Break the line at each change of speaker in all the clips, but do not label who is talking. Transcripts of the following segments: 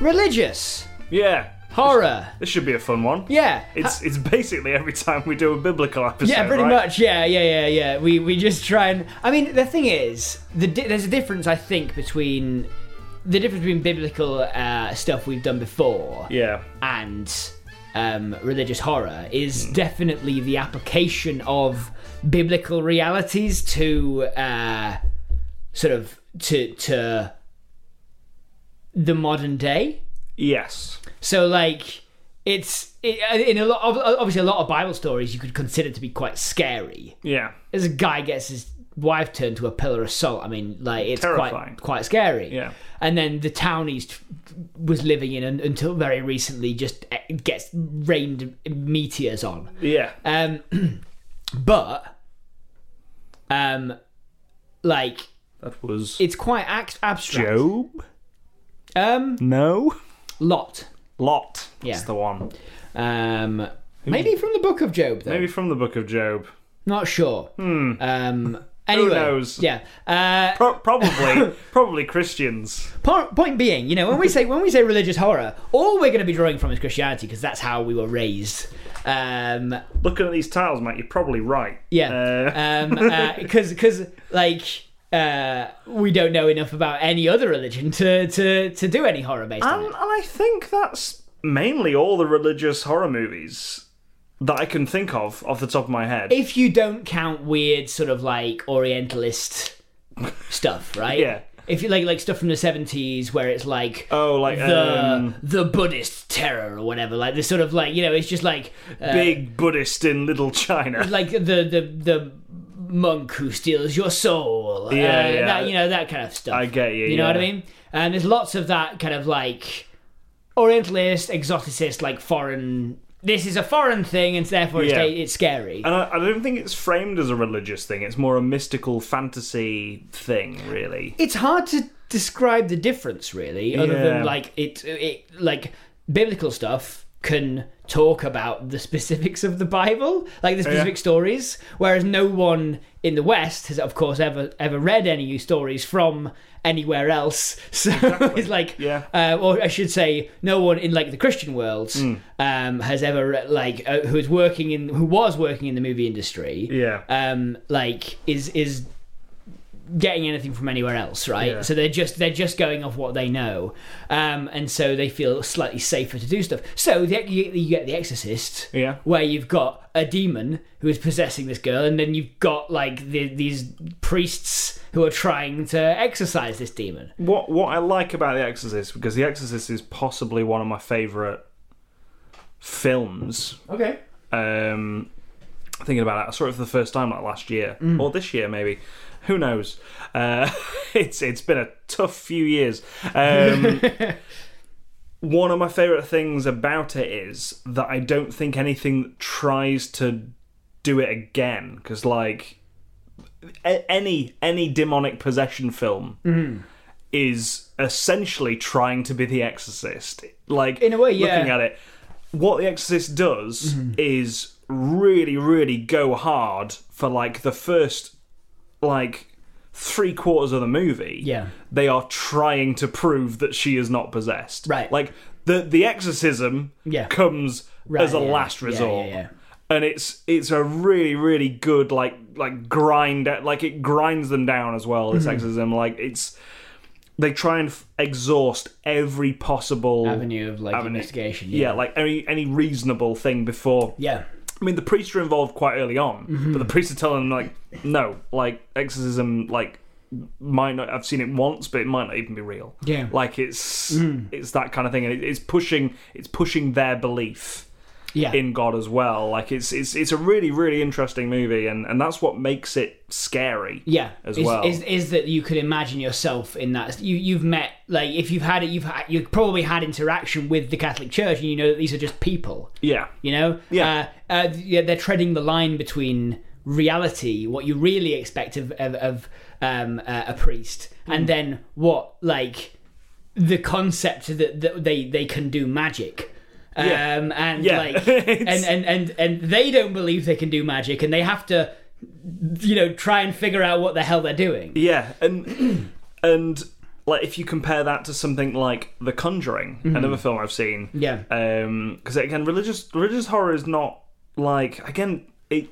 religious,
Yeah.
horror.
This should be a fun one.
Yeah.
It's it's basically every time we do a biblical episode.
Yeah, pretty
right?
much. Yeah, yeah, yeah, yeah. We we just try and. I mean, the thing is, the di- there's a difference I think between the difference between biblical uh, stuff we've done before
Yeah.
and um, religious horror is
Hmm.
definitely the application of biblical realities to uh, sort of to to the modern day.
Yes.
So like it's it, uh, in a lot of obviously a lot of Bible stories you could consider to be quite scary.
Yeah.
As a guy gets his wife turned to a pillar of salt, I mean, like it's
Terrifying.
quite quite scary.
Yeah.
And then the town he's t- was living in un- until very recently just eh, gets rained meteors on.
Yeah.
Um, but um, like
That was
it's quite act- abstract.
Job.
Um,
No.
lot.
Lot.
Yeah.
That's the one.
Um, maybe from the Book of Job though.
Maybe from the Book of Job.
Not sure. Um, anyway,
Hmm. knows?
Yeah. Uh,
Pro- probably. probably Christians.
po- point being, you know, when we say when we say religious horror, all we're going to be drawing from is Christianity because that's how we were raised. Um,
Looking at these titles, mate, you're probably right. Uh,
yeah. Um, Because because like. Uh, we don't know enough about any other religion to, to, to do any horror based on
and,
it.
and I think that's mainly all the religious horror movies that I can think of off the top of my head.
If you don't count weird sort of like Orientalist stuff, right?
Yeah.
If you like like stuff from the seventies where it's like
oh, like
the
um,
the Buddhist terror or whatever. Like this sort of like you know, it's just like uh,
big Buddhist in Little China.
like the the the monk who steals your soul. uh,
Yeah, yeah.
That, you know that kind of stuff.
I get you,
You know what I
yeah.
mean? And there's lots of that kind of like Orientalist, exoticist, like foreign. This is a foreign thing, and therefore it's,
Yeah.
it's scary.
And I, I don't think it's framed as a religious thing. It's more a mystical fantasy thing, really.
it's hard to describe the difference really other than
Yeah.
like it, it like biblical stuff can talk about the specifics of the bible like the specific stories whereas no one in the west has of course ever ever read any stories from anywhere else so it's like
Yeah.
uh, or i should say no one in like the christian world
Hmm.
um, has ever re- like uh, who's working in who was working in the movie industry
Yeah.
um, like is is getting anything from anywhere else, right?
Yeah.
So they're just they're just going off what they know, um, and so they feel slightly safer to do stuff. So the, you, you get The Exorcist,
Yeah.
where you've got a demon who is possessing this girl, and then you've got like the, these priests who are trying to exorcise this demon.
What what I like about The Exorcist because The Exorcist is possibly one of my favorite films.
Okay.
Um, thinking about it, I saw it for the first time like last year
Mm.
or this year maybe. Who knows? Uh, it's it's been a tough few years. Um, one of my favorite things about it is that I don't think anything tries to do it again because like a- any any demonic possession film
Mm.
is essentially trying to be the exorcist like
In a way, yeah.
looking at it what the exorcist does
Mm-hmm.
is really really go hard for like the first like three quarters of the movie
Yeah.
they are trying to prove that she is not possessed
Right.
like the the exorcism
Yeah.
comes
Right,
as a
yeah,
last
yeah,
resort
yeah, yeah.
and it's it's a really really good like like grind like it grinds them down as well
Mm-hmm.
this exorcism like it's they try and f- exhaust every possible
Avenue of like
Avenue.
investigation.
yeah like any any reasonable thing before
Yeah.
I mean, the priests are involved quite early on,
Mm-hmm.
but the priests are telling them like, no, like exorcism, like might not. I've seen it once, but it might not even be real.
Yeah. Mm.
like it's it's that kind of thing, and it, it's pushing it's pushing their belief
Yeah.
in God as well. Like it's it's it's a really really interesting movie, and and that's what makes it scary.
yeah
as
is,
well.
is, is that you could imagine yourself in that you you've met like if you've had it you've had, you've probably had interaction with the catholic church and you know that these are just people
yeah,
you know
Yeah.
uh, uh, yeah they're treading the line between reality what you really expect of of, of um, uh, a priest
Hmm.
and then what like the concept that, that they they can do magic um
Yeah.
and
Yeah.
like and,
It's-
and and and they don't believe they can do magic and they have to you know try and figure out what the hell they're doing
yeah, and and like if you compare that to something like The Conjuring, another film I've seen.
Mm-hmm. Yeah.
Because Um, again, religious religious horror is not like again it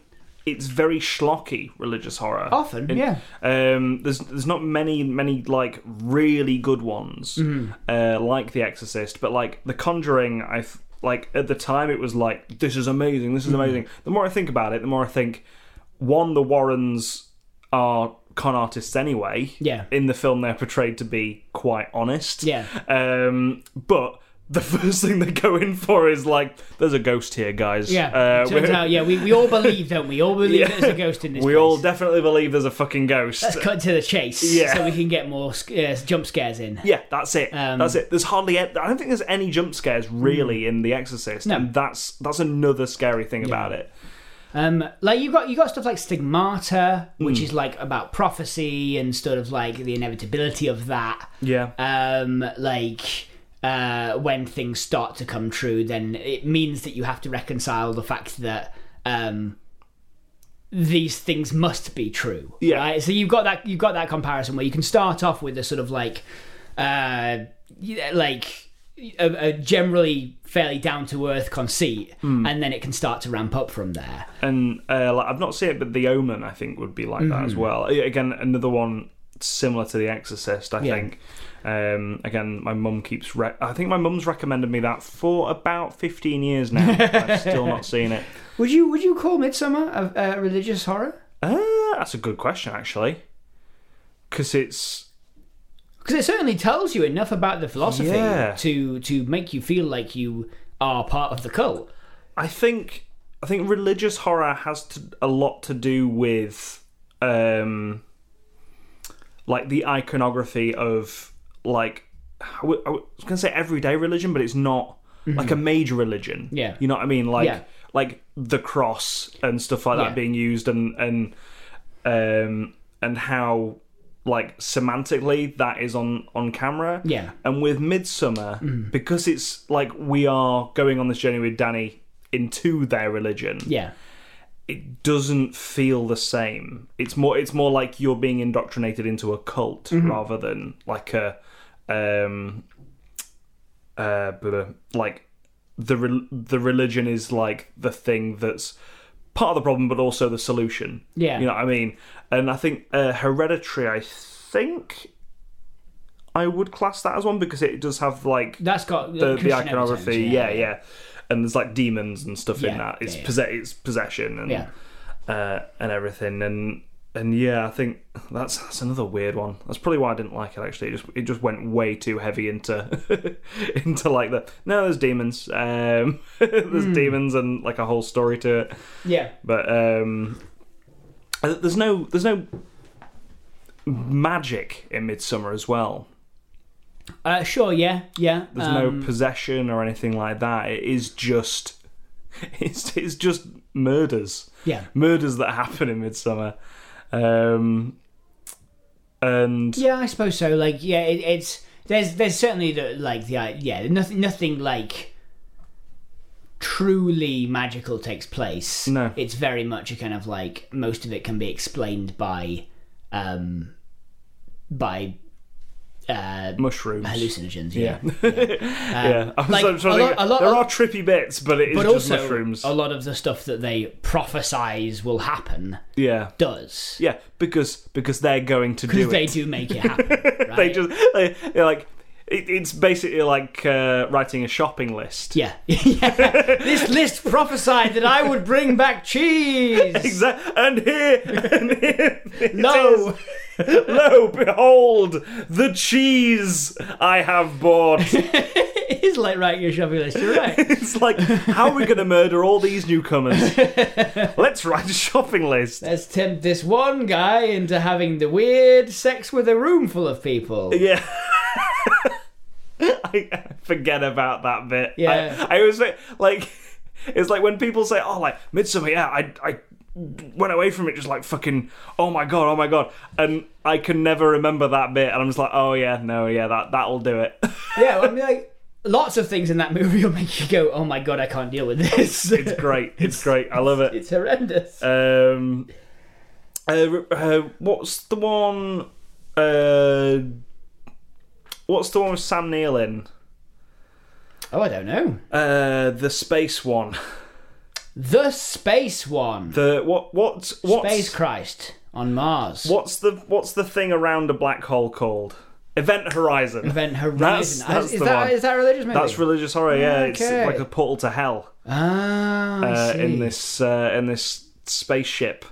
it's very schlocky religious horror.
Often, yeah.
Um, there's there's not many many like really good ones
Mm-hmm.
uh, like The Exorcist, but like The Conjuring, I th- like at the time it was like this is amazing, this is
Mm-hmm.
amazing. The more I think about it, the more I think one the Warrens are con artists anyway.
Yeah.
In the film, they're portrayed to be quite honest.
Yeah.
Um, but. The first thing they go in for is like, there's a ghost here, guys.
Yeah.
Uh,
Turns
we're-
out, yeah, we, we all believe, don't we? All believe
Yeah.
there's a ghost in this.
we
place.
all definitely believe there's a fucking ghost.
Let's cut to the chase,
Yeah.
so we can get more sc- uh, jump scares in.
Yeah, that's it.
Um, Mm.
that's it. There's hardly. e-, I don't think there's any jump scares really in The Exorcist,
No.
and that's that's another scary thing about it.
Um, like you got you got stuff like Stigmata, which is like about prophecy and sort of like the inevitability of that.
Yeah,
um, like uh, when things start to come true, then it means that you have to reconcile the fact that um, these things must be true.
Yeah.
Right? So you've got that you've got that comparison where you can start off with a sort of like uh, yeah, like a, a generally fairly down to earth conceit, and then it can start to ramp up from there.
and uh, like, I've not seen it, but The Omen I think would be like that as well. A- Again, another one similar to The Exorcist. I
Yeah.
think. Um, again, my mum keeps. Re- I think my mum's recommended me that for about 15 years now. I've still not seen it.
Would you would you call Midsummer a, a religious horror?
Uh, that's a good question actually, because it's
because it certainly tells you enough about the philosophy
Yeah.
to to make you feel like you are part of the cult.
I think I think religious horror has to, a lot to do with um like the iconography of like I w- I w- I was gonna say everyday religion, but it's not like a major religion.
Mm-hmm. Yeah.
you know what I mean. Like
Yeah.
like the cross and stuff like
Yeah.
that being used and and um and how like semantically that is on on camera
Yeah.
and with midsummer because it's like we are going on this journey with danny into their religion
Yeah,
it doesn't feel the same it's more it's more like you're being indoctrinated into a cult rather than like a um uh blah, blah, like the re- the religion is like the thing that's part of the problem but also the solution
Yeah.
you know what i mean and i think uh, hereditary i think i would class that as one because it does have like
that's got uh,
the, the
Christian
iconography,
overtones,
yeah, yeah, and there's like demons and stuff
Yeah,
in that. It's
yeah, yeah.
possess, it's possession and
Yeah.
uh, and everything, and and yeah, I think that's that's another weird one. That's probably why I didn't like it. Actually, it just it just went way too heavy into into like the no, there's demons, um, there's
Hmm.
demons, and like a whole story to it.
yeah.
But um, I th- there's no there's no magic in Midsummer as well.
Uh, sure, yeah, yeah.
There's
um,
no possession or anything like that. It is just it's it's just murders.
yeah,
Murders that happen in midsummer. Um and
yeah. I suppose so. Like, yeah, it, it's there's there's certainly the like the i- yeah nothing nothing like truly magical takes place.
No.
it's very much a kind of like most of it can be explained by um by uh
mushrooms.
hallucinogens.
yeah.
Yeah.
yeah. I'm
like,
sorry, I'm trying
a
to
lot-
think.
a lot-
there
a-
are trippy bits, but it is
but
just
also
mushrooms.
a lot of the stuff that they prophesize will happen
yeah.
does
Yeah, because because they're going to do
because they
it.
do make it happen. Right?
They just they, they're like it, it's basically like uh, writing a shopping list.
yeah. yeah. This list prophesied that I would bring back cheese.
Exactly. And here, and here it
No.
is. Lo, behold, the cheese I have bought.
It is like writing a shopping list. You're right.
It's like, how are we going to murder all these newcomers? Let's write a shopping list.
Let's tempt this one guy into having the weird sex with a room full of people.
Yeah. I forget about that bit.
Yeah.
I, I always think, like, it's like when people say, oh, like, Midsummer, yeah, I, I went away from it just like fucking, oh my god, oh my god. And I can never remember that bit. And I'm just like, oh yeah, no, yeah, that, that'll do it.
Yeah, I mean, like, lots of things in that movie will make you go, "Oh my god, I can't deal with this."
It's great. It's great. I love it.
it's horrendous.
Um, uh, uh, what's the one? Uh, What's the one with Sam Neill in?
Oh, I don't know.
Uh, the space one.
The space one.
The what? What? What's
Space Christ on Mars.
what's the what's the thing around a black hole called? Event Horizon.
Event Horizon.
That's, that's
is, is
the
that
one.
is that a religious movie?
That's religious horror. Yeah,
Okay.
it's like a portal to hell
ah, I
uh,
see.
in this uh, in this spaceship,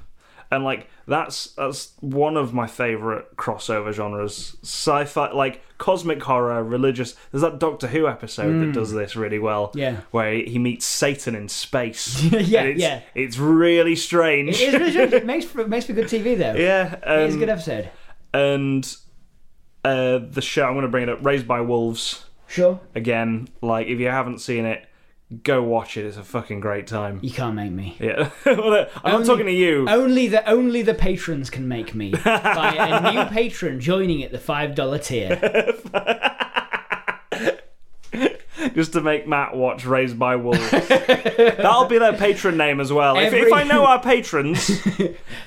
and like that's that's one of my favorite crossover genres. Sci-fi, like cosmic horror, religious. There's that Doctor Who episode that does this really well.
Hmm. Yeah.
where he meets Satan in space.
Yeah,
And it's,
yeah.
It's really strange.
It is religious. it makes for, makes for good TV though.
yeah, um,
it's a good episode.
and uh, the show I'm going to bring it up. Raised by Wolves
Sure,
again. Like if you haven't seen it, go watch it. It's a fucking great time.
you can't make me.
Yeah, Well, I'm not talking to you.
Only the only the patrons can make me by a new patron joining at the five dollar tier.
Just to make Matt watch Raised by Wolves. that'll be their patron name as well. If,
Every-
if I know our patrons,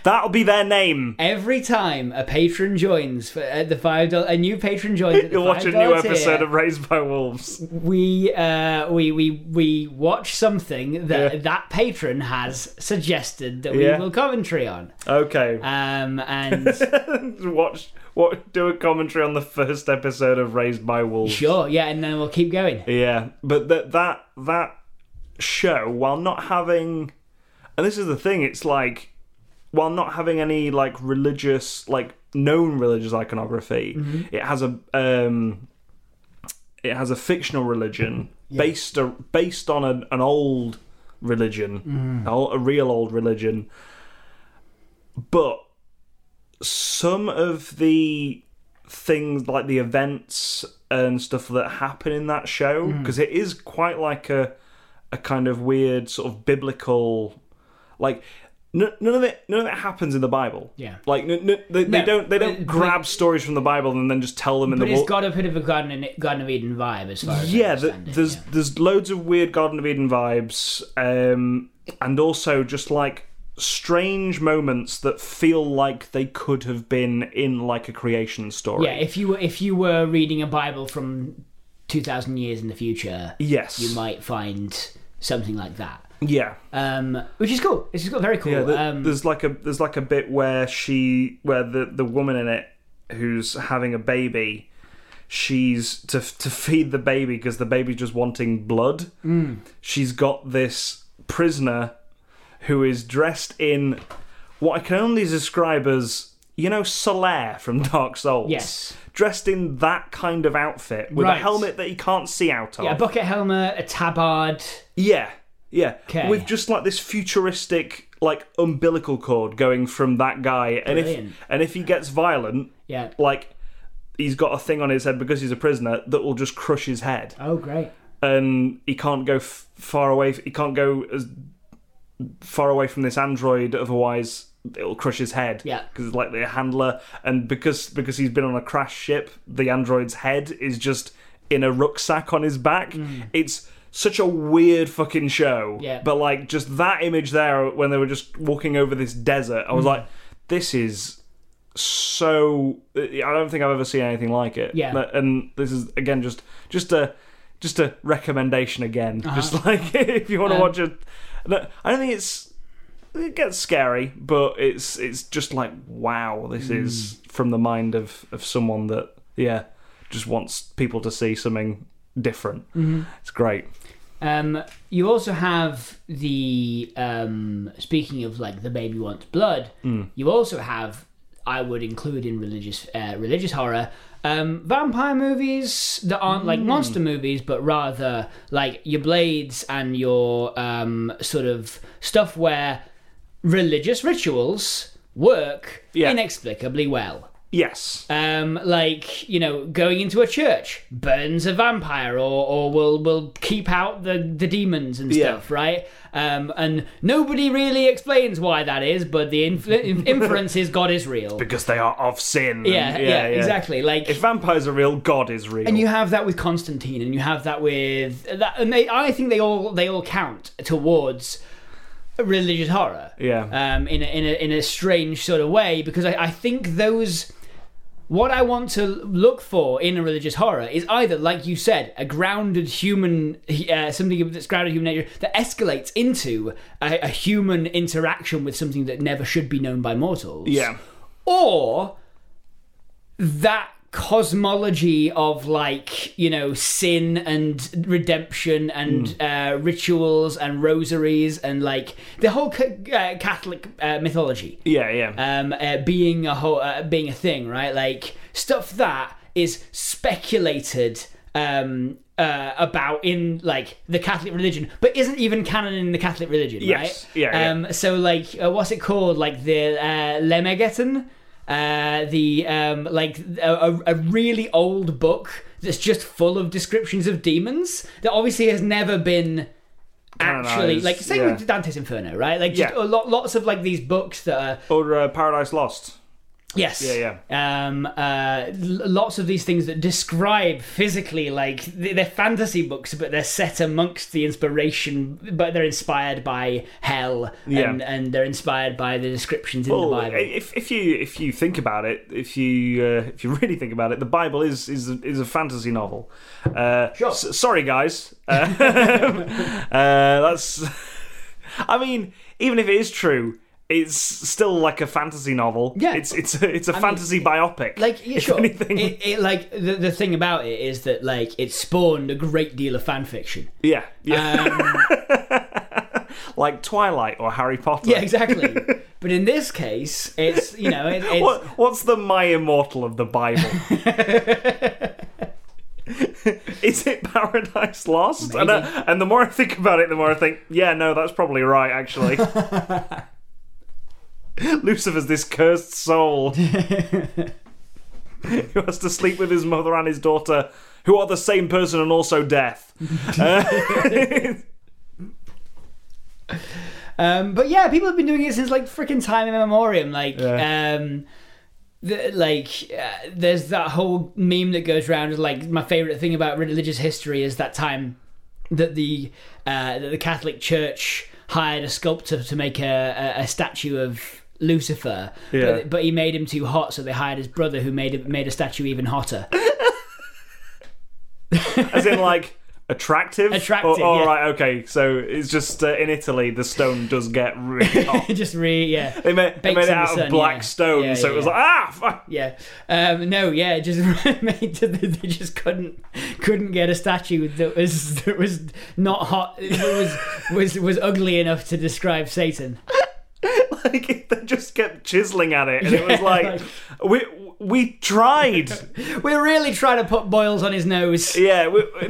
that'll be their name.
Every time a patron joins for, at the five dollar, a new patron joins at the
You'll watch a new
$5 tier,
episode of Raised by Wolves.
we uh, we we we watch something that
Yeah.
that patron has suggested that we
Yeah.
will commentary on.
Okay,
Um, and
watch what do a commentary on the first episode of Raised by Wolves.
sure, yeah, and then we'll keep going.
Yeah, but that that that show, while not having, and this is the thing, it's like while not having any like religious, like known religious iconography,
Mm-hmm.
it has a um, it has a fictional religion based a, based on an, an old
Mm.
religion, a, a real old religion, but some of the things like the events and stuff that happen in that show
Mm.
because it is quite like a a kind of weird sort of biblical like n- none of it none of it happens in the bible
Yeah.
like n- n- they,
No,
they don't they
but-
don't
but-
grab stories from the bible and then just tell them in
But
the
it's
world.
got a bit of a Garden, in, Garden of Eden vibe as far as I
yeah th-
understand it,
there's
yeah.
there's loads of weird garden of eden vibes um and also just like strange moments that feel like they could have been in like a creation story
yeah. If you were if you were reading a Bible from two thousand years in the future,
yes
you might find something like that,
yeah
um, which is cool. It's got very cool.
Yeah, the-
um,
there's like a there's like a bit where she where the the woman in it who's having a baby, she's to to feed the baby because the baby's just wanting blood.
Mm.
She's got this prisoner who is dressed in what I can only describe as you know Solaire from Dark Souls.
Yes.
Dressed in that kind of outfit with
Right.
a helmet that he can't see out of.
a bucket helmet, a tabard.
Yeah, yeah.
'Kay.
With just like this futuristic like umbilical cord going from that guy, and
Brilliant.
if and if he gets violent,
Yeah.
like he's got a thing on his head because he's a prisoner that will just crush his head,
Oh, great.
and he can't go f- far away. He can't go as far away from this android, otherwise it'll crush his head.
Yeah.
because it's like the handler, and because because he's been on a crash ship, the android's head is just in a rucksack on his back. It's such a weird fucking show.
Mm. Yeah.
but like just that image there when they were just walking over this desert, I was
Mm.
like, this is so. I don't think I've ever seen anything like it.
Yeah.
But- and this is again just just a just a recommendation again.
Uh-huh.
Just like if you want to
Um,
watch it, no, I don't think it's it gets scary, but it's it's just like wow, this
Hmm.
is from the mind of of someone that yeah just wants people to see something different.
Mm-hmm.
It's great.
Um, you also have the um, speaking of like the baby wants blood. You also have I would include in religious uh, religious horror um, vampire movies that aren't like monster movies, but rather like your blades and your um, sort of stuff where religious rituals work
Yeah.
inexplicably well.
Yes.
Um, like you know, going into a church burns a vampire, or or will will keep out the the demons and
Yeah.
stuff, right? Um, and nobody really explains why that is, but the inf- inference is God is real.
Because they are of sin.
Yeah, yeah, exactly. Like.
If vampires are real, God is real.
and you have that with Constantine, and you have that with that, and they, I think they all they all count towards religious horror
yeah.
um, in a, in a in a strange sort of way because I, I think those what I want to look for in a religious horror is either, like you said, a grounded human, uh, something that's grounded human nature that escalates into a, a human interaction with something that never should be known by mortals.
Yeah.
Or that cosmology of like you know sin and redemption and uh, rituals and rosaries and like the whole ca- uh, Catholic uh, mythology
Yeah, yeah.
um, uh, being a whole, uh, being a thing, right? Like stuff that is speculated um, uh, about in like the Catholic religion, but isn't even canon in the Catholic religion,
Yes.
right?
Yeah, yeah.
Um, So like, uh, what's it called? Like the uh, Lemegeton. Uh, the um, like a, a- a really old book that's just full of descriptions of demons that obviously has never been actually
Canonised,
like same
yeah.
with Dante's Inferno, right? Like just
Yeah.
a lot, lots of like these books that are
or uh, Paradise Lost.
Yes.
Yeah,
yeah. Um, uh, l- lots of these things that describe physically, like th- they're fantasy books, but they're set amongst the inspiration, but they're inspired by hell,
Yeah.
and, and they're inspired by the descriptions in the
Well, eh,
Bible.
Oh, if, if you if you think about it, if you uh, if you really think about it, the Bible is is is a fantasy novel. Uh,
Sure.
s- sorry, guys. Uh, uh, that's. I mean, even if it is true, it's still like a fantasy novel.
Yeah.
it's it's a, it's a fantasy biopic.
like yeah,
if
sure.
anything.
It, it, like the, the thing about it is that like it spawned a great deal of fan fiction.
yeah, yeah.
Um,
like Twilight or Harry Potter.
yeah, exactly. But in this case, it's you know it, it's
What, what's the my immortal of the Bible? Is it Paradise Lost? And,
Maybe.
I- and the more I think about it, the more I think, yeah, no, that's probably right, actually. Lucifer's this cursed soul who has to sleep with his mother and his daughter, who are the same person and also death. Uh,
Um, but yeah, people have been doing it since like freaking time immemorium. Like,
Yeah.
um, the, like uh, there's that whole meme that goes around. Like, my favorite thing about religious history is that time that the uh, that the Catholic Church hired a sculptor to make a, a, a statue of Lucifer,
Yeah.
but, but he made him too hot, so they hired his brother who made a, made a statue even hotter.
as in, like. Attractive?
Attractive,
Or- or,
yeah.
right, okay. So it's just uh, in Italy, the stone does get really hot.
Just re yeah.
They made,
Baked
they made
in
it
the
out of
sun,
black
yeah.
stone,
Yeah,
so
yeah,
it was
yeah.
like ah, fuck.
Yeah. Um, no. Yeah. it Just made to the, they just couldn't couldn't get a statue that was that was not hot. That was was was ugly enough to describe Satan.
like they just kept chiseling at it, and it was
Yeah,
like, we we tried,
We're really trying to put boils on his nose.
yeah, we,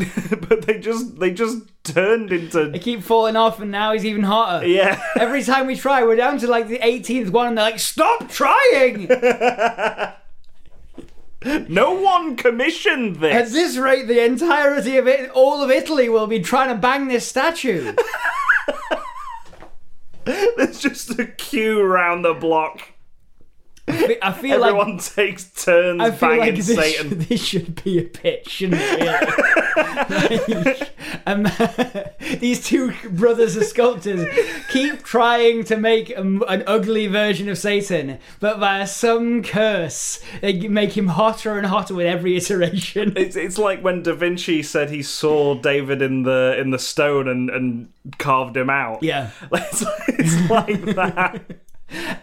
but they just they just turned
They
into
keep falling off, and now he's even hotter.
yeah.
Every time we try, we're down to like the 18th one, and they're like, "Stop trying!"
No one commissioned
At
this.
this rate, the entirety of it, all of Italy, will be trying to bang this statue.
There's just a queue round the block.
I feel like
Everyone takes turns
I feel
banging
like this,
Satan.
should- this should be a pitch, shouldn't it? really? Like, um, these two brothers are sculptors keep trying to make a m an ugly version of Satan, but by some curse, they g- make him hotter and hotter with every iteration.
It's, it's like when Da Vinci said he saw David in the in the stone and, and carved him out.
Yeah,
it's, it's like that.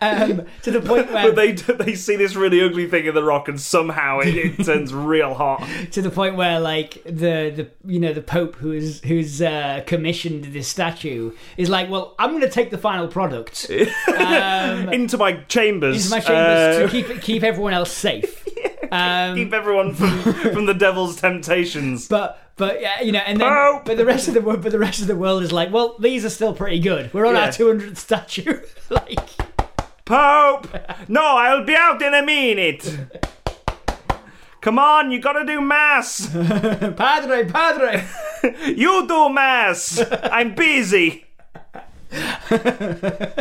um, to the point where
But they they see this really ugly thing in the rock, and somehow it, it turns real hot.
to the point where like the the you know the pope who's who's uh, commissioned this statue is like, well, I'm going to take the final product. Um,
Into my chambers.
into my chambers
uh,
to keep keep everyone else safe. um,
keep everyone from, from the devil's temptations.
but but yeah, you know, and then
Pope!
but the rest of the world, but the rest of the world is like, well, these are still pretty good. We're on
Yeah.
our 200th statue. like,
Pope, no, I'll be out in a minute. Come on, you gotta do mass.
padre, padre.
You do mass. I'm busy.
I've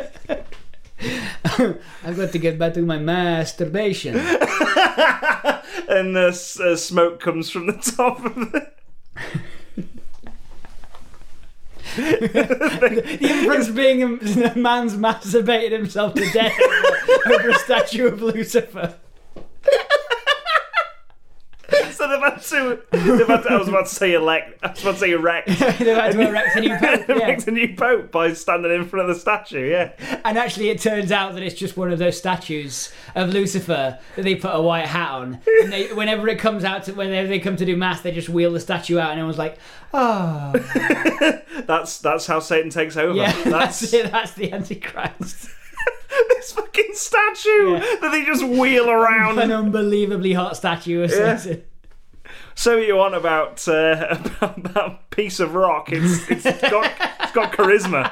got to get back to my masturbation.
And the s- uh, smoke comes from the top of the.
The inference being a, a man's masturbated himself to death over a statue of Lucifer.
so they've had to. They've had to I was about to say elect. I was about to say erect.
They've had to erect a new pope.
They
Yeah.
erected a new pope by standing in front of the statue. Yeah.
And actually, it turns out that it's just one of those statues of Lucifer that they put a white hat on. And they, whenever it comes out, to, whenever they come to do mass, they just wheel the statue out, and everyone's like, "Oh,
That's that's how Satan takes over.
yeah,
that's
that's it. That's the Antichrist."
this fucking statue
Yeah.
that they just wheel
An
around.
unbelievably hot statue of
Yeah.
Satan.
so you on about uh, about that piece of rock? It's it's got it's got charisma.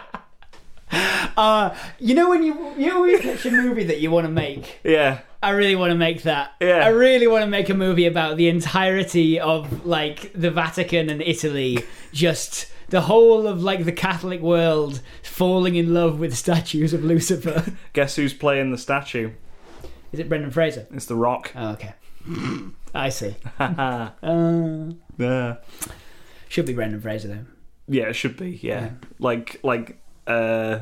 Uh, you know when you you know when you pitch a movie that you want to make.
Yeah.
I really want to make that.
Yeah.
I really want to make a movie about the entirety of like the Vatican and Italy, just the whole of like the Catholic world falling in love with statues of Lucifer.
Guess who's playing the statue?
Is it Brendan Fraser?
It's the Rock.
Oh, okay. I see.
yeah.
Uh,
Yeah,
should be Brendan Fraser though.
it should be. Yeah, like like uh,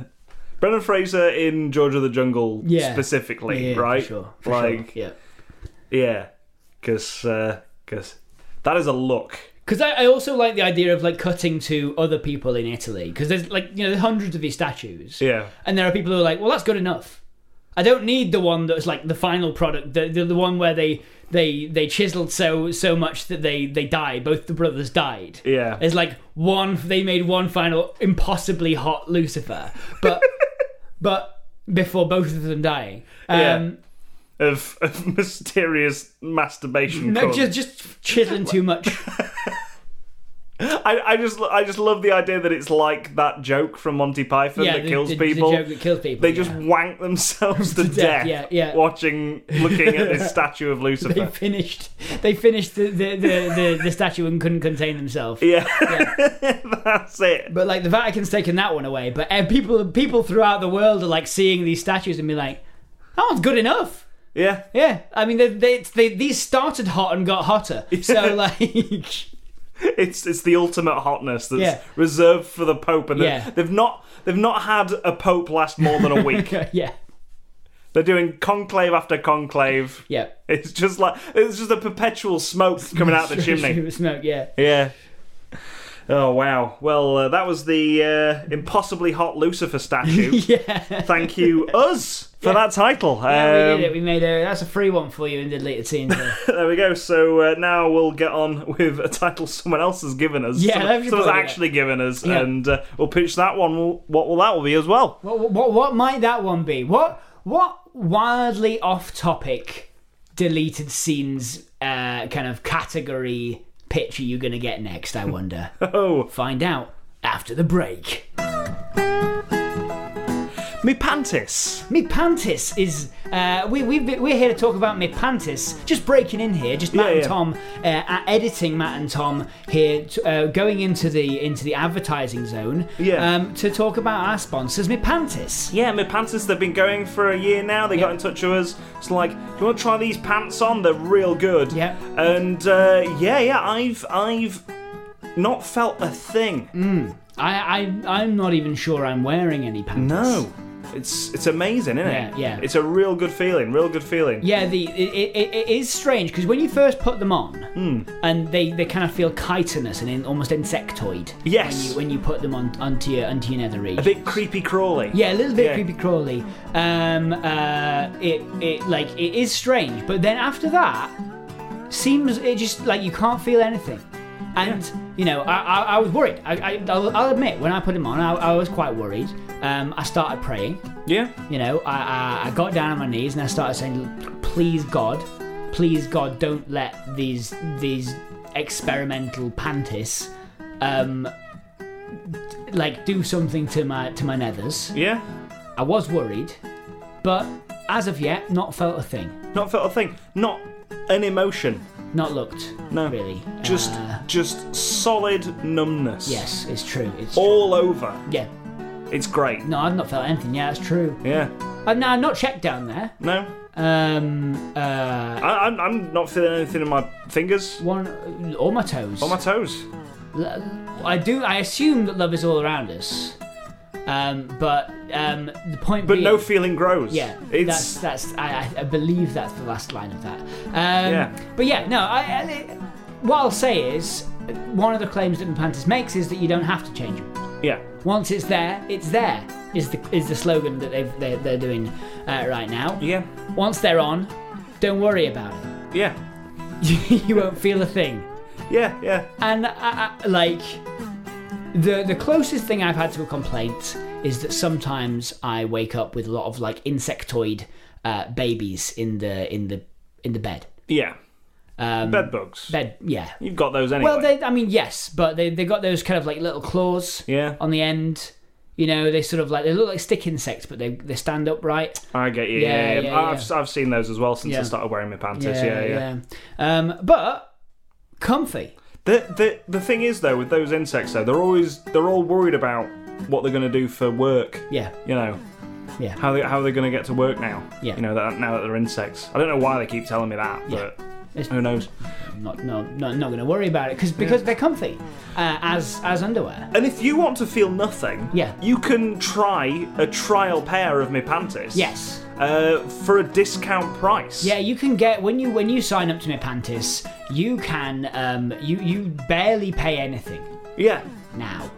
Brendan Fraser in George of the Jungle
Yeah.
specifically,
Yeah,
right?
For sure. For
like
sure. Yeah.
yeah, because that is a look.
Because I, I also like the idea of like cutting to other people in Italy because there's like you know there's hundreds of these statues.
Yeah,
And there are people who are like, well, that's good enough. I don't need the one that's like the final product, the the, the one where they they they chiseled so so much that they they died. Both the brothers died.
yeah.
It's like one they made one final impossibly hot Lucifer, but but before both of them dying. Um,
Yeah. of, of mysterious masturbation.
No,
cum.
just just chiseling too much.
I, I just lo- I just love the idea that it's like that joke from Monty Python
yeah,
that
the,
kills
the- the
people.
joke that kills people.
they
yeah.
just wank themselves to,
death,
death,
yeah, yeah.
watching, looking at this statue of
they
Lucifer.
finished they finished the the, the, the, the statue and couldn't contain themselves.
Yeah,
Yeah.
that's it.
But like the Vatican's taken that one away. But eh, people people throughout the world are like seeing these statues and be like, that one's good enough.
Yeah,
Yeah, I mean they, they, they these started hot and got hotter. So like,
It's it's the ultimate hotness that's
Yeah.
reserved for the Pope, and they-
Yeah.
they've not they've not had a Pope last more than a week.
yeah,
They're doing conclave after conclave.
yeah.
It's just like it's just a perpetual smoke coming out the chimney.
Smoke. Yeah.
Yeah. Oh wow. Well, uh, that was the uh, impossibly hot Lucifer statue.
Yeah,
Thank you us for that title.
yeah, we did
Um,
it. We made a that's a free one for you in the later scenes. there.
There we go. So uh, now we'll get on with a title someone else has given us.
Yeah,
someone,
that'd be
someone's
brilliant.
actually given us,
Yeah.
and uh, we'll pitch that one. We'll- What will that will be as well?
what, what what might that one be? What what wildly off topic deleted scenes uh, kind of category pitch are you gonna get next? I wonder.
Oh,
Find out after the break.
me pantis.
Me Pantis is. Uh, we, we've been, we're here to talk about Me Pantis. Just breaking in here, just Matt
Yeah,
and
yeah.
Tom uh, are editing Matt and Tom here, t uh, going into the into the advertising zone
Yeah.
um, to talk about our sponsors, Me Pantis.
Yeah, me pantis. They've been going for a year now. They got in touch with us. It's like, do you want to try these pants on? They're real good.
Yep.
And uh, yeah, yeah, I've I've not felt a thing.
Mm. I, I I'm not even sure I'm wearing any Pantis.
No. It's it's amazing, isn't it?
Yeah, yeah.
It's a real good feeling. Real good feeling.
Yeah, the it, it, it- it is strange because when you first put them on,
Hmm.
and they, they kind of feel chitinous and in, almost insectoid.
Yes.
When you, when you put them on onto your onto your nether region.
A bit creepy crawly.
Yeah, a little bit
Yeah.
creepy crawly. Um, uh, it it like it is strange, but then after that, seems it just like you can't feel anything. And you know, I, I, I was worried. I, I I'll, I'll admit when I put him on, I, I was quite worried. Um, I started praying.
Yeah.
You know, I, I I got down on my knees and I started saying, "Please God, please God, don't let these these experimental pantis." Um, like do something to my to my nethers.
Yeah.
I was worried, but as of yet, not felt a thing.
Not felt a thing. Not an emotion.
Not looked.
No.
Really.
Just
Uh,
just solid numbness.
yes, it's true. It's
All over.
yeah.
It's great.
No, I've not felt anything. Yeah, it's true.
Yeah.
I've, no, I've not checked down there.
No.
Um. Uh.
I, I'm, I'm not feeling anything in my fingers
One. All my toes.
or my toes.
L- I do. I assume that love is all around us. Um. But um. The point.
But
being,
no feeling grows.
Yeah,
It's
that's that's I, I- I believe that's the last line of that. Um,
Yeah.
But yeah, no, I, I what I'll say is, one of the claims that Implantis makes is that you don't have to change them.
Yeah.
Once it's there, it's there. Is the is the slogan that they've, they're, they're doing uh, right now?
Yeah.
Once they're on, don't worry about it.
Yeah.
you won't feel a thing.
Yeah. Yeah.
And I, I, like the the closest thing I've had to a complaint is that sometimes I wake up with a lot of like insectoid uh, babies in the in the in the bed.
Yeah.
Um,
Bed bugs.
bed, yeah.
You've got those anyway.
Well, they, I mean, yes, but they they got those kind of like little claws
yeah.
on the end. You know, they sort of like they look like stick insects, but they they stand upright.
I get you.
Yeah,
Yeah.
yeah,
I've I've seen those as well since
Yeah.
I started wearing my panties. Yeah. Yeah.
yeah. Um, but comfy.
The the the thing is though with those insects though they're always they're all worried about what they're going to do for work.
Yeah,
You know.
Yeah.
How they how are they going to get to work now?
Yeah.
You know that now that they're insects. I don't know why they keep telling me that,
Yeah.
but
It's-
who knows?
I'm not no not, not going to worry about it cause, because they're comfy uh, as as underwear.
And if you want to feel nothing,
Yeah.
you can try a trial pair of my panties.
Yes.
Uh, for a discount price.
Yeah, you can get when you when you sign up to my panties, you can um, you you barely pay anything
Yeah.
now.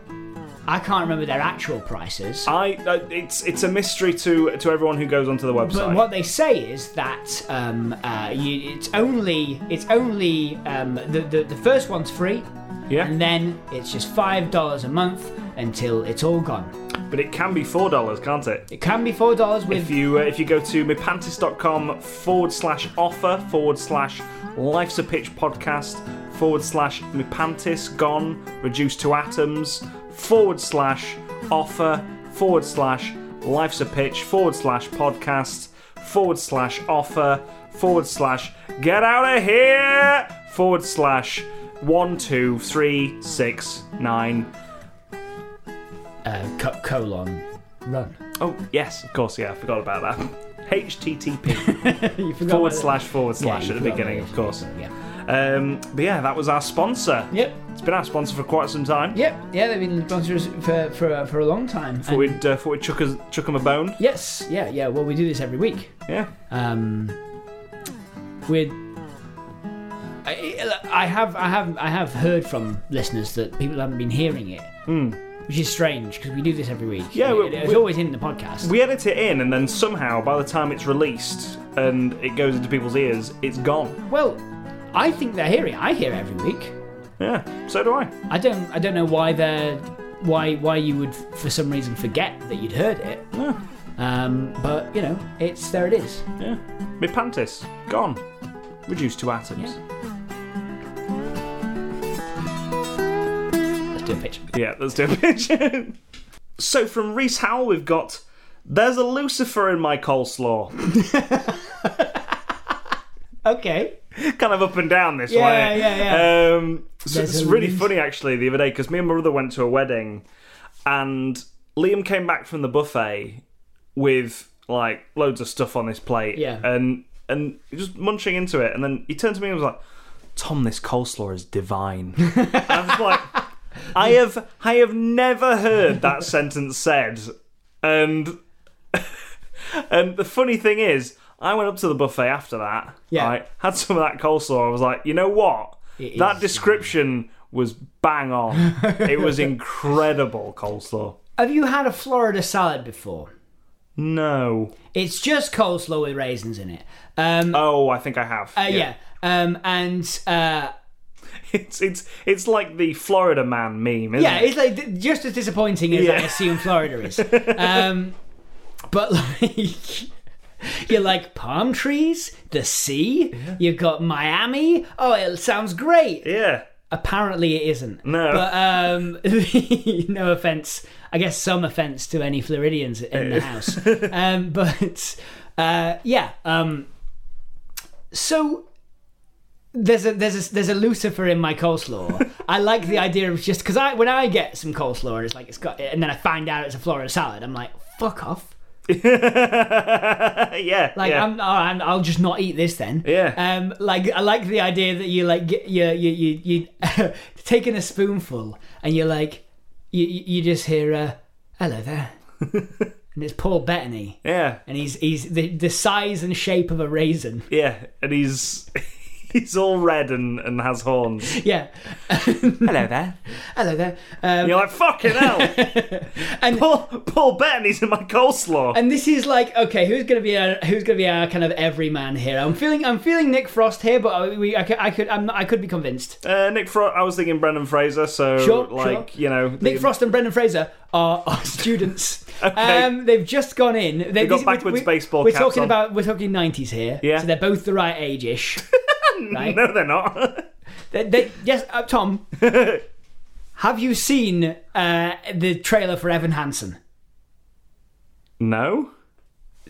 I can't remember their actual prices.
I. Uh, it's it's a mystery to to everyone who goes onto the website.
But what they say is that um, uh, you, it's only it's only um, the, the the first one's free,
yeah.
and then it's just five dollars a month until it's all gone.
But it can be four dollars, can't it?
It can be four dollars
If
with
you uh, if you go to mipantis.com forward slash offer forward slash life's a pitch podcast forward slash mipantis gone reduced to atoms forward slash offer forward slash life's a pitch forward slash podcast forward slash offer forward slash get out of here forward slash one two three six nine.
uh, co- colon run.
Oh yes, of course, yeah, I forgot about that. HTTP.
you forgot about
forward
that.
slash forward
Yeah,
slash
you
at the
forgot
beginning,
about
of course.
it. Yeah.
Um, but yeah, that was our sponsor.
Yep.
It's been our sponsor for quite some time.
Yep. Yeah, they've been sponsors for for, uh, for a long time.
Thought we'd, uh, thought we'd chuck, us, chuck 'em a bone.
Yes. Yeah. Yeah. Well, we do this every week.
Yeah.
Um, we're. I, I have I have I have heard from listeners that people haven't been hearing it, which is strange because we do this every week.
Yeah,
It-
we-
it's
we-
always in the podcast.
We edit it in, and then somehow, by the time it's released and it goes into people's ears, it's gone.
well, I think they're hearing. it. I hear it every week.
Yeah, so do I.
I don't I don't know why they're why why you would for some reason forget that you'd heard it.
Yeah,
Um, but you know, it's there. It is.
yeah. My panties, gone. Reduced to atoms.
Let's do a picture.
Yeah, let's do a picture. so from Reese Howell, we've got There's a Lucifer in my coleslaw.
Okay.
kind of up and down this
Yeah,
way.
yeah,
yeah. Um, so
There's
it's
a
really
Luc-
funny actually the other day because me and my brother went to a wedding and Liam came back from the buffet with like loads of stuff on his plate.
Yeah.
And and just munching into it, and then he turned to me and was like, Tom, this coleslaw is divine. and I was like, I have I have never heard that sentence said. And and the funny thing is, I went up to the buffet after that.
Yeah.
Right, had some of that coleslaw. I was like, you know what?
It
that
is-
description was bang on. it was incredible coleslaw.
Have you had a Florida salad before?
No.
It's just coleslaw with raisins in it. Um, uh,
Oh, I think I have.
yeah. Um, and uh,
It's it's it's like the Florida man meme, isn't
yeah,
it?
it's like th- just as disappointing as I
Yeah.
assume Florida is. um, but like. You're like palm trees, the sea. You've got Miami. Oh, it sounds great.
Yeah.
Apparently, it isn't.
No.
But um, no offense. I guess some offense to any Floridians in the house. Um, but uh, yeah. Um, so there's a there's a there's a Lucifer in my coleslaw. I like the idea of just because I when I get some coleslaw and it's like it's got and then I find out it's a Florida salad. I'm like fuck off.
yeah.
Like
yeah.
I'm, oh, I'm I'll just not eat this then.
Yeah.
Um, like I like the idea that you like get, you you you you taking a spoonful and you're like you you you just hear uh, hello there, and it's Paul Bettany
yeah.
and he's he's the the size and shape of a raisin.
Yeah. And he's he's all red and, and has horns.
Yeah.
Hello there.
Hello there.
And
Um,
you're like, fucking hell.
And-
Paul, Paul Bettany's in my coleslaw.
and this is like okay, who's gonna be our, who's gonna be our kind of everyman here? I'm feeling I'm feeling Nick Frost here, but I, we, I could I could I'm not, I could be convinced.
uh, Nick Frost, I was thinking Brendan Fraser, so,
Sure,
like,
sure.
you know.
Nick
the-
Frost and Brendan Fraser are, are students.
Okay.
Um, they've just gone in. They,
got backwards baseball
We're
caps
talking
on.
about we're talking nineties here.
Yeah.
so they're both the right age ish. right?
No, they're not.
They- they- yes, uh, Tom. have you seen uh, the trailer for Evan Hansen?
no?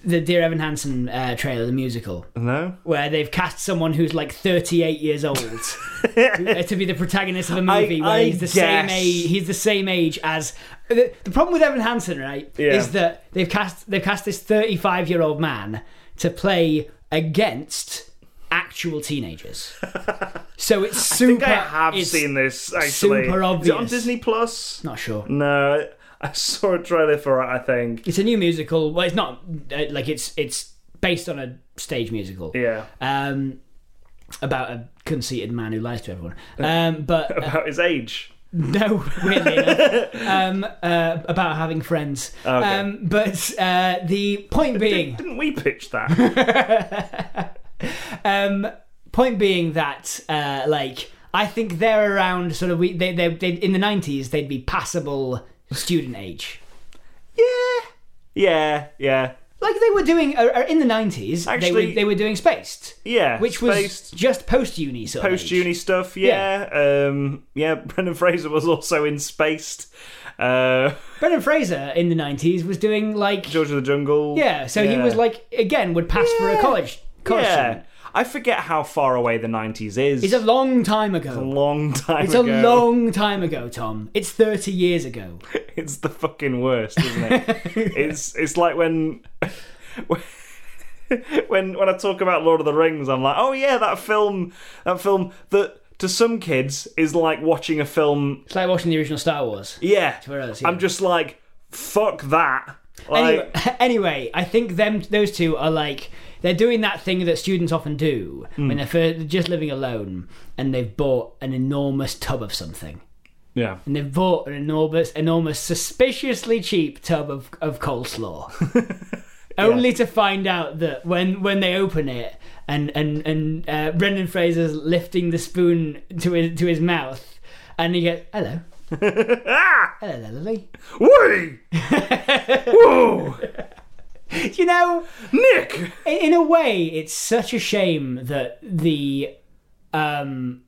The Dear Evan Hansen uh, trailer, the musical,
No?
where they've cast someone who's like 38 years old who- uh, to be the protagonist of a
I-
movie where
I
he's the same
guess.
age. He's the same age as the, the problem with Evan Hansen, right?
Yeah.
Is that they've cast they've cast this 35 year old man to play against actual teenagers. so it's super.
I have
it's-
seen this, actually.
super
Is it on
obvious.
Disney Plus?
Not sure.
No, I saw a trailer for it, I think.
It's a new musical. Well, it's not uh, like it's it's based on a stage musical.
Yeah.
Um, about a conceited man who lies to everyone. Um, but uh,
About his age.
no, weirdly enough, um, uh, about having friends.
Okay.
Um, but uh, the point being,
Didn't we pitch that?
um, point being that uh, like I think they're around sort of we they they they in the nineties they'd be passable student age.
yeah. Yeah, yeah.
Like they were doing uh, uh, in the nineties, they were,
Actually-
they were doing spaced.
Yeah.
which was
spaced.
just post uni sort
post uni stuff. Yeah, yeah. Um, yeah. Brendan Fraser was also in Spaced. Uh,
Brendan Fraser in the nineties was doing like
George of the Jungle.
yeah, so he was like again would pass for a
Yeah.
college college
yeah.
student.
I forget how far away the nineties is.
It's a long time
a
ago.
long time.
It's a long time ago, Tom. It's thirty years ago.
It's the fucking worst, isn't it? it's it's like when. When when I talk about Lord of the Rings, I'm like, oh yeah, that film, that film that to some kids is like watching a film.
It's like watching the original Star Wars.
Yeah,
For us, yeah.
I'm just like, fuck that. Like,
Anyway, anyway, I think them those two are like they're doing that thing that students often do when they're fir- just living alone and they've bought an enormous tub of something.
yeah,
and they've bought an enormous, enormous, suspiciously cheap tub of, of coleslaw. Only to find out that when, when they open it and and and uh, Brendan Fraser's lifting the spoon to his to his mouth, and he goes, "Hello, hello, Lily."
Woody! Whoa!
You know,
Nick!
i- in a way, it's such a shame that the um,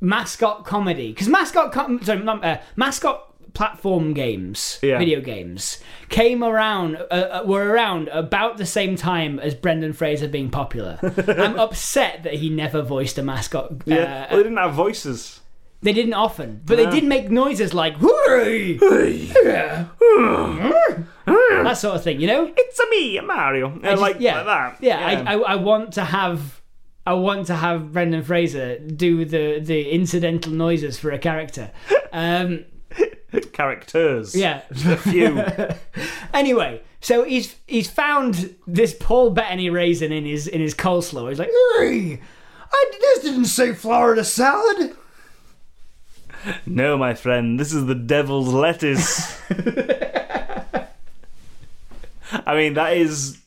mascot comedy because mascot com- sorry, not, uh, mascot platform games,
Yeah.
video games came around uh, uh, were around about the same time as Brendan Fraser being popular. I'm upset that he never voiced a mascot. Uh,
Yeah. well, they didn't have voices.
They didn't often, but they did make noises like "Hooray!" that sort of thing. You know.
It's a me, Mario. Yeah,
Mm-hmm. just-
like,
yeah,
like that.
Yeah, I, I, I want to have. I want to have Brendan Fraser do the, the incidental noises for a character. Um,
Characters.
yeah.
A few.
Anyway, so he's he's found this Paul Bettany raisin in his in his coleslaw. He's like, "Hey, I, this didn't say Florida salad.
no, my friend, this is the devil's lettuce. I mean, that is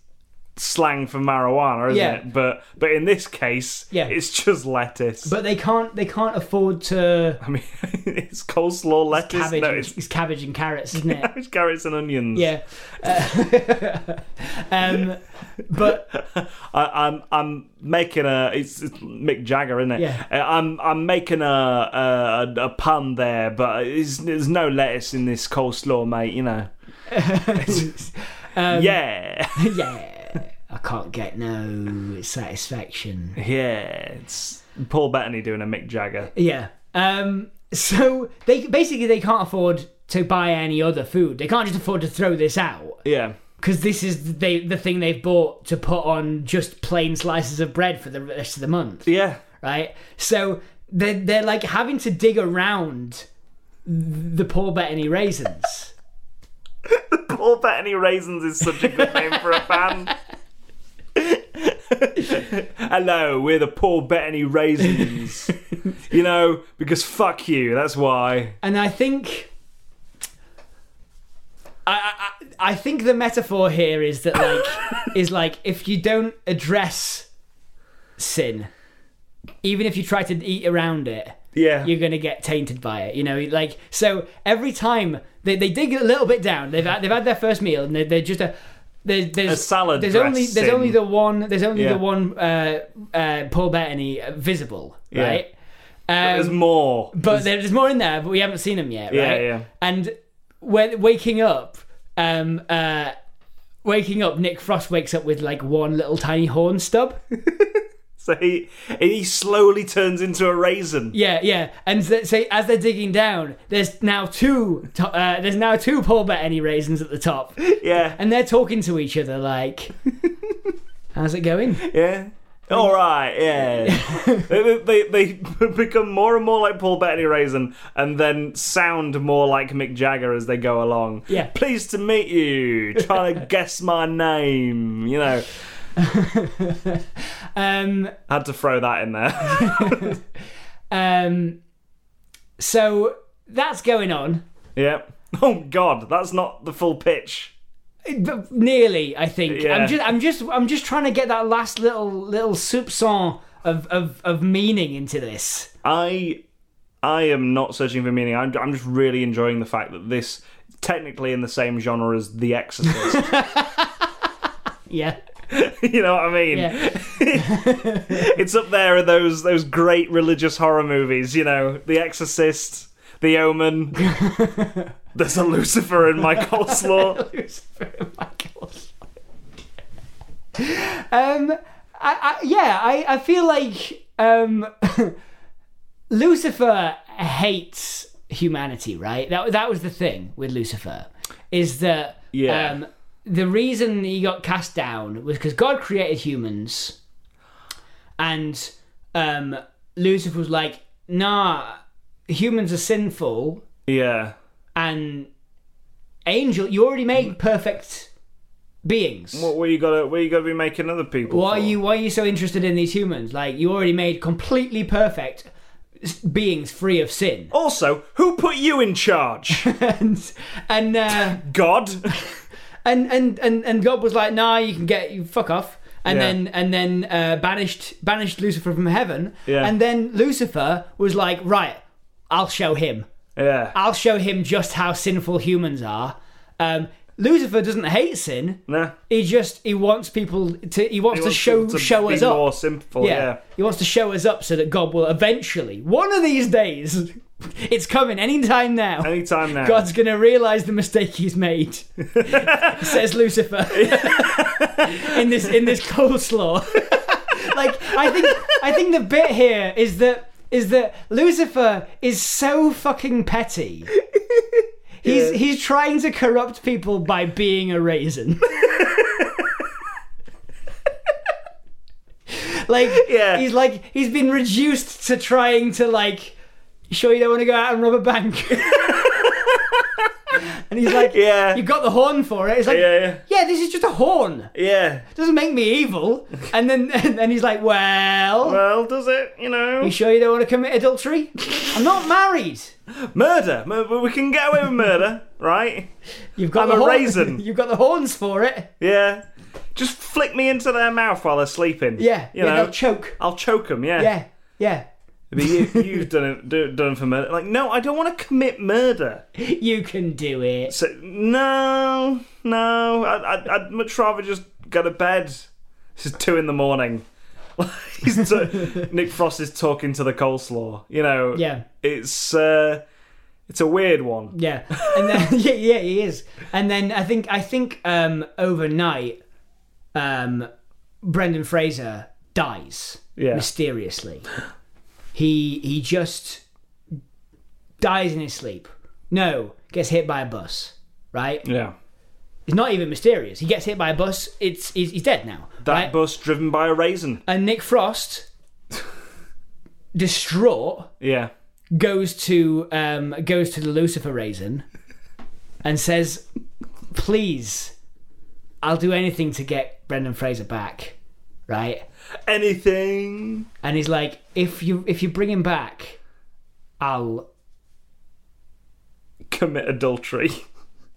slang for marijuana, isn't
Yeah.
it? But but in this case,
Yeah.
it's just lettuce.
But they can't they can't afford to
I mean, it's coleslaw lettuce.
cabbage.
no,
and-
it's,
it's cabbage and carrots, isn't it?
it's carrots and onions.
Yeah. Uh, um, but
I, I'm I'm making a it's, it's Mick Jagger, isn't it?
Yeah.
Uh, I'm I'm making a a, a pun there, but it's, there's no lettuce in this coleslaw, mate. You know.
um,
yeah,
yeah, I can't get no satisfaction.
yeah. It's Paul Bettany doing a Mick Jagger.
Yeah. Um. So they basically they can't afford to buy any other food. They can't just afford to throw this out
Yeah,
because this is they the thing they've bought to put on just plain slices of bread for the rest of the month,
yeah.
right? So they are they're like having to dig around the Paul Bettany raisins.
Paul Bettany raisins is such a good name for a fan. Hello, we're the Paul Bettany Raisins. you know, because fuck you, that's why.
And I think. I, I I think the metaphor here is that like is like if you don't address sin, even if you try to eat around it,
Yeah.
you're going to get tainted by it. You know, like so every time they, they dig a little bit down. They've had, they've had their first meal and they're, they're just a there's, there's
A salad
There's only there's
dressing.
only the one there's only
Yeah.
the one uh, uh, Paul Bettany uh, visible,
Yeah.
right?
There's
Um,
more.
but there's more in there, but we haven't seen them yet, right?
Yeah, yeah.
And when waking up, um, uh, waking up, Nick Frost wakes up with like one little tiny horn stub.
So he he slowly turns into a raisin.
Yeah, yeah, and so, so as they're digging down, there's now two, to- uh, there's now two Paul Bettany raisins at the top,
Yeah.
and they're talking to each other like, "How's it going?"
Yeah. All right, yeah. they, they, they they become more and more like Paul Bettany Raisin and then sound more like Mick Jagger as they go along.
Yeah.
Pleased to meet you. Trying to guess my name, you know.
Um,
Had to throw that in there.
um, so that's going on,
yeah. Oh god, that's not the full pitch.
but nearly. I think
Yeah.
I'm just, I'm just, I'm just trying to get that last little little soupçon of of, of meaning into this.
I I am not searching for meaning. I'm, I'm just really enjoying the fact that this technically in the same genre as The Exorcist.
Yeah,
you know what I mean?
yeah.
It's up there in those those great religious horror movies, you know, The Exorcist, The Omen. There's a Lucifer in my coleslaw.
Lucifer and Michael. um, I, I, yeah, I, I feel like um, Lucifer hates humanity, right? That that was the thing with Lucifer, is that
Yeah.
um, the reason he got cast down was because God created humans, and um, Lucifer was like, nah, humans are sinful
Yeah.
and angel you already made
Mm-hmm.
perfect beings
What were you gotta where you gotta be making other people?
why are
for?
you why are you so interested in these humans like you already made completely perfect s- beings free of sin
Also, who put you in charge?
and and uh,
God?
and, and and and god was like nah you can get you fuck off and
Yeah.
then and then uh, banished banished lucifer from heaven
Yeah.
and then lucifer was like right i'll show him
Yeah.
i'll show him just how sinful humans are um, lucifer doesn't hate sin
Nah.
He just he wants people to he wants to
wants
show
them to
show
be
us up.
More simple,
Yeah.
yeah.
he wants to show us up so that God will eventually, one of these days, it's coming any time now.
Anytime now.
God's gonna realize the mistake he's made, says Lucifer. in this in this coleslaw, like I think I think the bit here is that is that Lucifer is so fucking petty. He's
Yeah.
he's trying to corrupt people by being a raisin. like
Yeah.
he's like he's been reduced to trying to like sure you don't want to go out and rob a bank. And he's like,
Yeah.
you got the horn for it. It's like, yeah,
yeah,
this is just a horn.
yeah. Yeah.
doesn't make me evil. And then and then he's like, well,
Well, does it? You know,
you sure you don't want to commit adultery? I'm not married.
murder. Mur- We can get away with murder, right?
You've got
I'm
the
a
horn-
raisin.
You've got the horns for it.
Yeah. Just flick me into their mouth while they're sleeping.
Yeah,
You
yeah,
know,
they'll choke.
I'll choke them. Yeah.
Yeah, yeah.
But you, you've done it. Do, done it for murder. Like, no, I don't want to commit murder.
You can do it.
So no, no. I, I'd, I'd much rather just go to bed. This is two in the morning. He's t- Nick Frost is talking to the coleslaw. You know.
Yeah.
It's uh, it's a weird one.
Yeah, and then yeah, yeah, he is. And then I think I think um, overnight, um, Brendan Fraser dies
Yeah.
mysteriously. He he just dies in his sleep. No, gets hit by a bus. Right?
Yeah.
It's not even mysterious. He gets hit by a bus. It's he's, he's dead now.
That
right?
bus driven by a raisin.
and Nick Frost, distraught,
Yeah.
goes to um, goes to the Lucifer raisin and says, "Please, I'll do anything to get Brendan Fraser back." right?
Anything.
And he's like, if you if you bring him back, I'll
Commit adultery.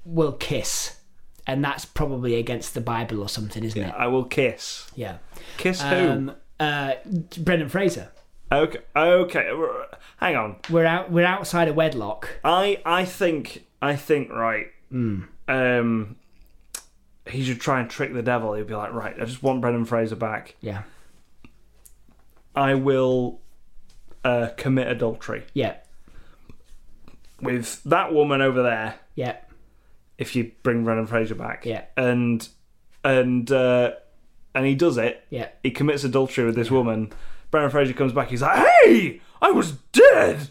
will kiss, and that's probably against the Bible or something, isn't it?
I will kiss.
Yeah.
Kiss who?
Um, uh, Brendan Fraser.
okay. Okay. Hang on.
We're out. We're outside of wedlock.
I I think I think right.
Hmm.
Um, he should try and trick the devil. He'd be like, right, I just want Brendan Fraser back.
Yeah.
I will uh, commit adultery
Yeah.
with that woman over there.
Yeah.
If you bring Brendan Fraser back,
Yeah.
and and uh, and he does it.
Yeah.
He commits adultery with this woman. Brendan Fraser comes back. He's like, hey, I was dead,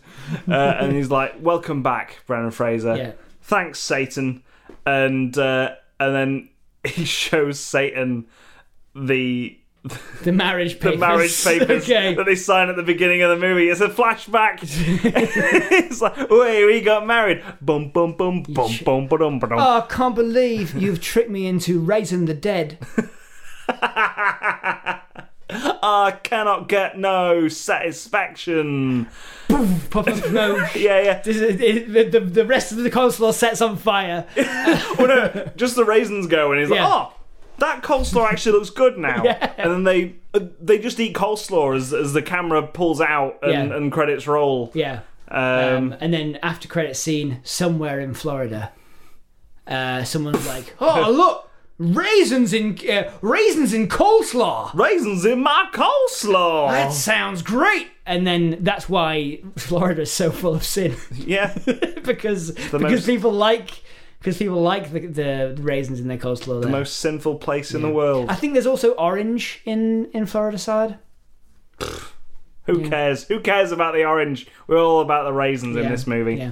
uh, and he's like, welcome back, Brendan Fraser.
Yeah.
thanks satan and uh, and then he shows satan the
The marriage
the
papers.
marriage papers
okay.
that they sign at the beginning of the movie it's a flashback it's like wait we got married bum bum bum bum bum ba-dum, ba-dum.
Oh, I can't believe you've tricked me into raising the dead.
i cannot get no satisfaction
Puff of smoke.
yeah yeah
This is- it- the, the, the rest of the coleslaw sets on fire.
just the raisins go and he's
Yeah.
like oh that coleslaw actually looks good now and then they uh, they just eat coleslaw as, as the camera pulls out and,
Yeah.
and credits roll
Yeah.
Um,
Um, and then after credit scene, somewhere in Florida, uh, someone's like, "Oh, look, raisins in uh, raisins in coleslaw.
raisins in my coleslaw.
That sounds great." And then that's why Florida's so full of sin
yeah,
because because
most-
people like because people like the, the raisins in their coleslaw. there.
most sinful place in the world.
I think there's also orange in in Florida side.
Who cares? Who cares about the orange? We're all about the raisins in
Yeah.
this movie.
Yeah.